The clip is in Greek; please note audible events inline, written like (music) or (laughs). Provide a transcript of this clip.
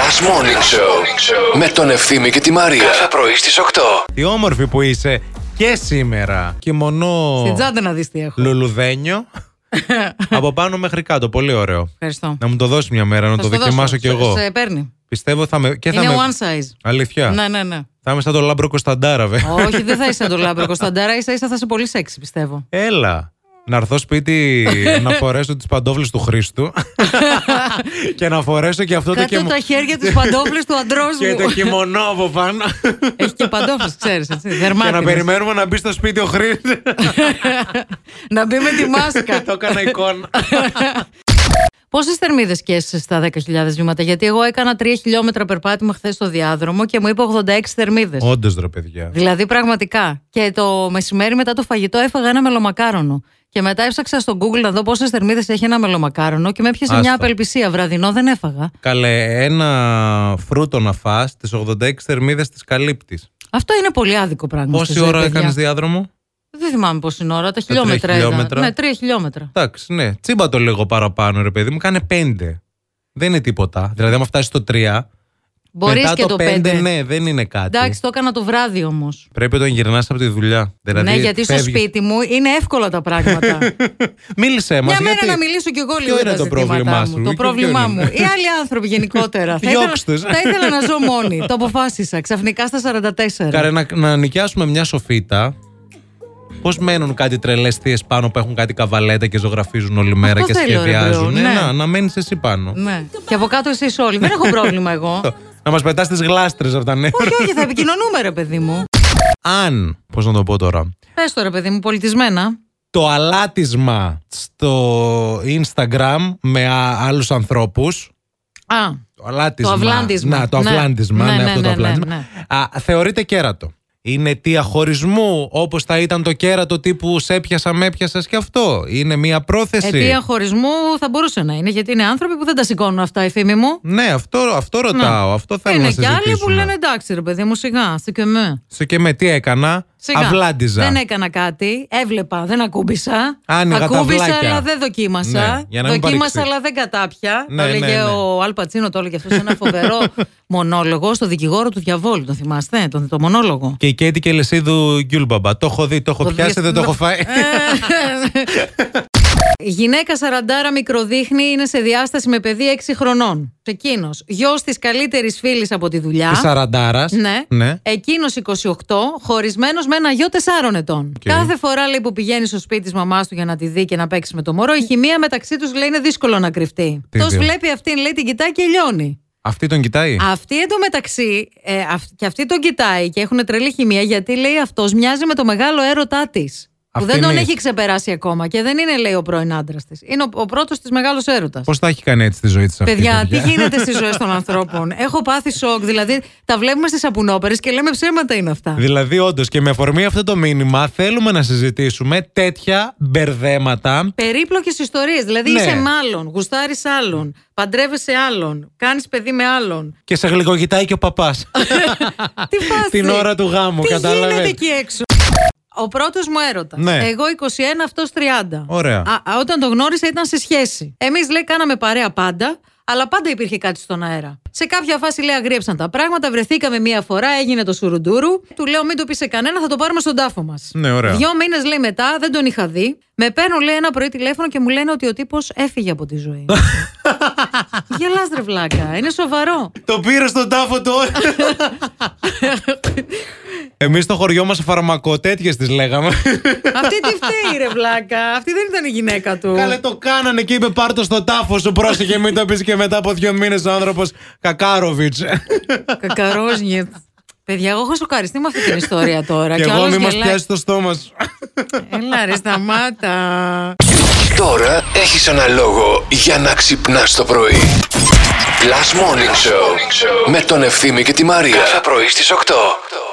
Last Morning Show με τον Ευθύμη και τη Μαρία. Κάθε πρωί στις 8. Τι όμορφη που είσαι και σήμερα. Και μονό Στην τσάντα να δεις τι έχω. (laughs) λουλουδένιο. από πάνω μέχρι κάτω. Πολύ ωραίο. Ευχαριστώ. Να μου το δώσεις μια μέρα, να Θα το σου δώσω. δοκιμάσω κι Σε- εγώ. Σε παίρνει. Πιστεύω θα με. Και θα Είναι με... one size. Αλήθεια. Ναι, ναι, ναι. Θα είμαι σαν τον Λάμπρο Κωνσταντάρα, βε. Όχι, δεν θα είσαι το λάμπρο Κωνσταντάρα. σα ίσα θα είσαι πολύ σεξι, πιστεύω. Έλα. Να έρθω (laughs) σπίτι να φορέσω τις παντόφλες του Χρήστου. και να φορέσω και αυτό το Κάτω κεμο- τα χέρια της παντόφλης του αντρός και το μου. κιμωνό από πάνω. Έχει και παντόφλες, ξέρεις. και να Δερμάτινες. περιμένουμε να μπει στο σπίτι ο Χρήστος. Να μπει με τη μάσκα. (laughs) το έκανα (laughs) εικόνα. Πόσες θερμίδες σκέσει στα 10.000 βήματα, Γιατί εγώ έκανα 3 χιλιόμετρα περπάτημα χθες στο διάδρομο και μου είπε 86 θερμίδες. Όντως, ρε παιδιά. Δηλαδή πραγματικά. Και το μεσημέρι μετά το φαγητό έφαγα ένα μελομακάρονο. Και μετά έψαξα στο Google να δω πόσες θερμίδες έχει ένα μελομακάρονο και με έπιασε μια Άστα. απελπισία. Βραδινό δεν έφαγα. Καλέ, ένα φρούτο να φά τις 86 θερμίδες της καλύπτει. Αυτό είναι πολύ άδικο πράγμα. στη Πόση ζωή, ώρα παιδιά. έκανες διάδρομο. Δεν θυμάμαι πόση ώρα. Τα τρία χιλιόμετρα. χιλιόμετρα. ήταν. Ναι, τρία χιλιόμετρα. Εντάξει, ναι. Τσίμπα το λίγο παραπάνω, ρε παιδί μου. Κάνε πέντε. Δεν είναι τίποτα. Δηλαδή, άμα φτάσεις στο 3. Μπορείς μετά και το πέντε, πέντε. Ναι, δεν είναι κάτι. Εντάξει, το έκανα το βράδυ όμως. Πρέπει όταν γυρνάς από τη δουλειά. Δηλαδή, ναι, γιατί στο φεύγεις- σπίτι μου είναι εύκολα τα πράγματα. (laughs) Μίλησέ μας. Μια μέρα γιατί... να μιλήσω κι εγώ Ποιο λίγο είναι τα το ζητήματά πρόβλημά μου, σου, Το και ποιο πρόβλημά είναι. μου. Οι άλλοι άνθρωποι (laughs) γενικότερα. θα, ήθελα, Διώξ' τους. θα ήθελα να ζω μόνη. Το αποφάσισα ξαφνικά στα 44. Καρέ, να, να νοικιάσουμε μια σοφίτα. Πώς μένουν κάτι τρελές θείες πάνω που έχουν κάτι καβαλέτα και ζωγραφίζουν όλη μέρα Αυτό και θέλω, ρε, σχεδιάζουν. μπρο, Ε, ναι. Να, να μένεις εσύ πάνω. Ναι. Και από κάτω εσείς όλοι. Δεν έχω πρόβλημα (laughs) εγώ. Να μας πετάς τις γλάστρες από τα νεύρα. όχι, όχι, θα επικοινωνούμε, ρε παιδί μου. ναι. Αν, πώς να το πω τώρα, Πες το, ρε παιδί μου, πολιτισμένα. το αλάτισμα στο Instagram με άλλους ανθρώπους. Α, Το αλάτισμα. Το αυλάντισμα. Να, το Ναι. αυλάντισμα. Ναι, Ναι, ναι, αυτό το ναι, ναι, αυλάντισμα. Α, θεωρείται κέρατο. Είναι αιτία χωρισμού, όπως θα ήταν το κέρατο τύπου σε έπιασα, με έπιασες και αυτό. Είναι μία πρόθεση. αιτία χωρισμού θα μπορούσε να είναι, γιατί είναι άνθρωποι που δεν τα σηκώνουν αυτά, η φήμη μου. Ναι, αυτό, αυτό ρωτάω. Αυτό θέλω να είναι και συζητήσουμε. άλλοι που λένε εντάξει, ρε παιδί μου, σιγά, σιγά. Σε και με τι έκανα. Σιγά. Αυλάντιζα. Δεν έκανα κάτι. Έβλεπα, δεν ακούμπησα. Άνοιγα τα ακούμπησα, αυλάκια. αλλά δεν δοκίμασα. Ναι, για να μην παρεξεί. δοκίμασα, αλλά δεν κατάπια. Ναι, το ναι, έλεγε ναι. ο Αλπατσίνο, το έλεγε αυτός σε ένα (laughs) φοβερό μονόλογο στο δικηγόρο του διαβόλου. Το θυμάστε, τον το (laughs) μονόλογο. Και η Κέτη Κελεσίδου Γκιούλμπαμπα. Το έχω δει, το έχω Το Ε, πιάσει, δεις. δεν το έχω φάει. (laughs) Η Γυναίκα σαραντάρα μικροδείχνη είναι σε διάσταση με παιδί 6 χρονών. Εκείνος, γιος της καλύτερης φίλης από τη δουλειά. Της Σαραντάρας. Ναι. ναι. Εκείνος 28, χωρισμένος με ένα γιο 4 ετών. Κάθε φορά λέει, που πηγαίνει στο σπίτι της μαμάς του για να τη δει και να παίξει με το μωρό, η χημεία μεταξύ τους λέει είναι δύσκολο να κρυφτεί. Τι Τόσο δύο. βλέπει αυτήν, λέει την κοιτάει και λιώνει. Αυτή τον κοιτάει. Αυτή εντωμεταξύ, ε, αυ- και αυτή τον κοιτάει και έχουν τρελή χημεία γιατί λέει αυτός μοιάζει με το μεγάλο έρωτά της. Που Αυτή δεν τον είναι. έχει ξεπεράσει ακόμα και δεν είναι, λέει, ο πρώην άντρας της. Είναι ο, ο πρώτος της μεγάλος έρωτας. Πώς τα έχει κάνει έτσι τη ζωή της αυτή. Παιδιά, η τι παιδιά. γίνεται (laughs) στι ζωέ των ανθρώπων. Έχω πάθει σοκ. Δηλαδή, τα βλέπουμε στις σαπουνόπερες και λέμε ψέματα είναι αυτά. Δηλαδή, όντως και με αφορμή αυτό το μήνυμα, θέλουμε να συζητήσουμε τέτοια μπερδέματα. Περίπλοκες ιστορίες. Δηλαδή, Ναι. είσαι μάλλον, γουστάρεις άλλον, παντρεύεσαι άλλον, κάνεις παιδί με άλλον. Και σε γλυκογητάει και ο παπάς. Τι φάση. Την ώρα του γάμου, Τι κατάλαβες. γίνεται εκεί έξω. Ο πρώτος μου έρωτας. Ναι. Εγώ 21, αυτό 30. (laughs) Ωραία. Α, α, όταν το γνώρισα ήταν σε σχέση. Εμείς λέει κάναμε παρέα πάντα, αλλά πάντα υπήρχε κάτι στον αέρα. Σε κάποια φάση λέει αγρίεψαν τα πράγματα, βρεθήκαμε μία φορά, έγινε το σουρουντούρου. Του λέω μην το πεις σε κανένα, θα το πάρουμε στον τάφο μας. Ναι, ωραία. Δυο μήνες λέει μετά, δεν τον είχα δει. Με παίρνουν λέει ένα πρωί τηλέφωνο και μου λένε ότι ο τύπος έφυγε από τη (laughs) ζωή. Γελάς ρε βλάκα, είναι σοβαρό. το πήρε στον τάφο του. (laughs) Εμείς στο χωριό μας φαρμακό τέτοιε τις λέγαμε. Αυτή τι φταίει ρε βλάκα, αυτή δεν ήταν η γυναίκα του. (laughs) Καλέ το κάνανε και είπε πάρτο στο τάφο σου. Πρόσεχε, μην το πεις και μετά από δύο μήνες ο άνθρωπος (laughs) Κακάροβιτ. Κακαρόζνιετ. Παιδιά, εγώ έχω σοκαριστεί με αυτή την ιστορία τώρα. και ο εγώ άλλος μη μας γελάει. πιάσει το στόμα σου. Έλα ρε, σταμάτα. Τώρα έχεις ένα λόγο για να ξυπνάς το πρωί. Last Morning Show με τον Ευθύμη και τη Μαρία. Κάθε πρωί στις 8.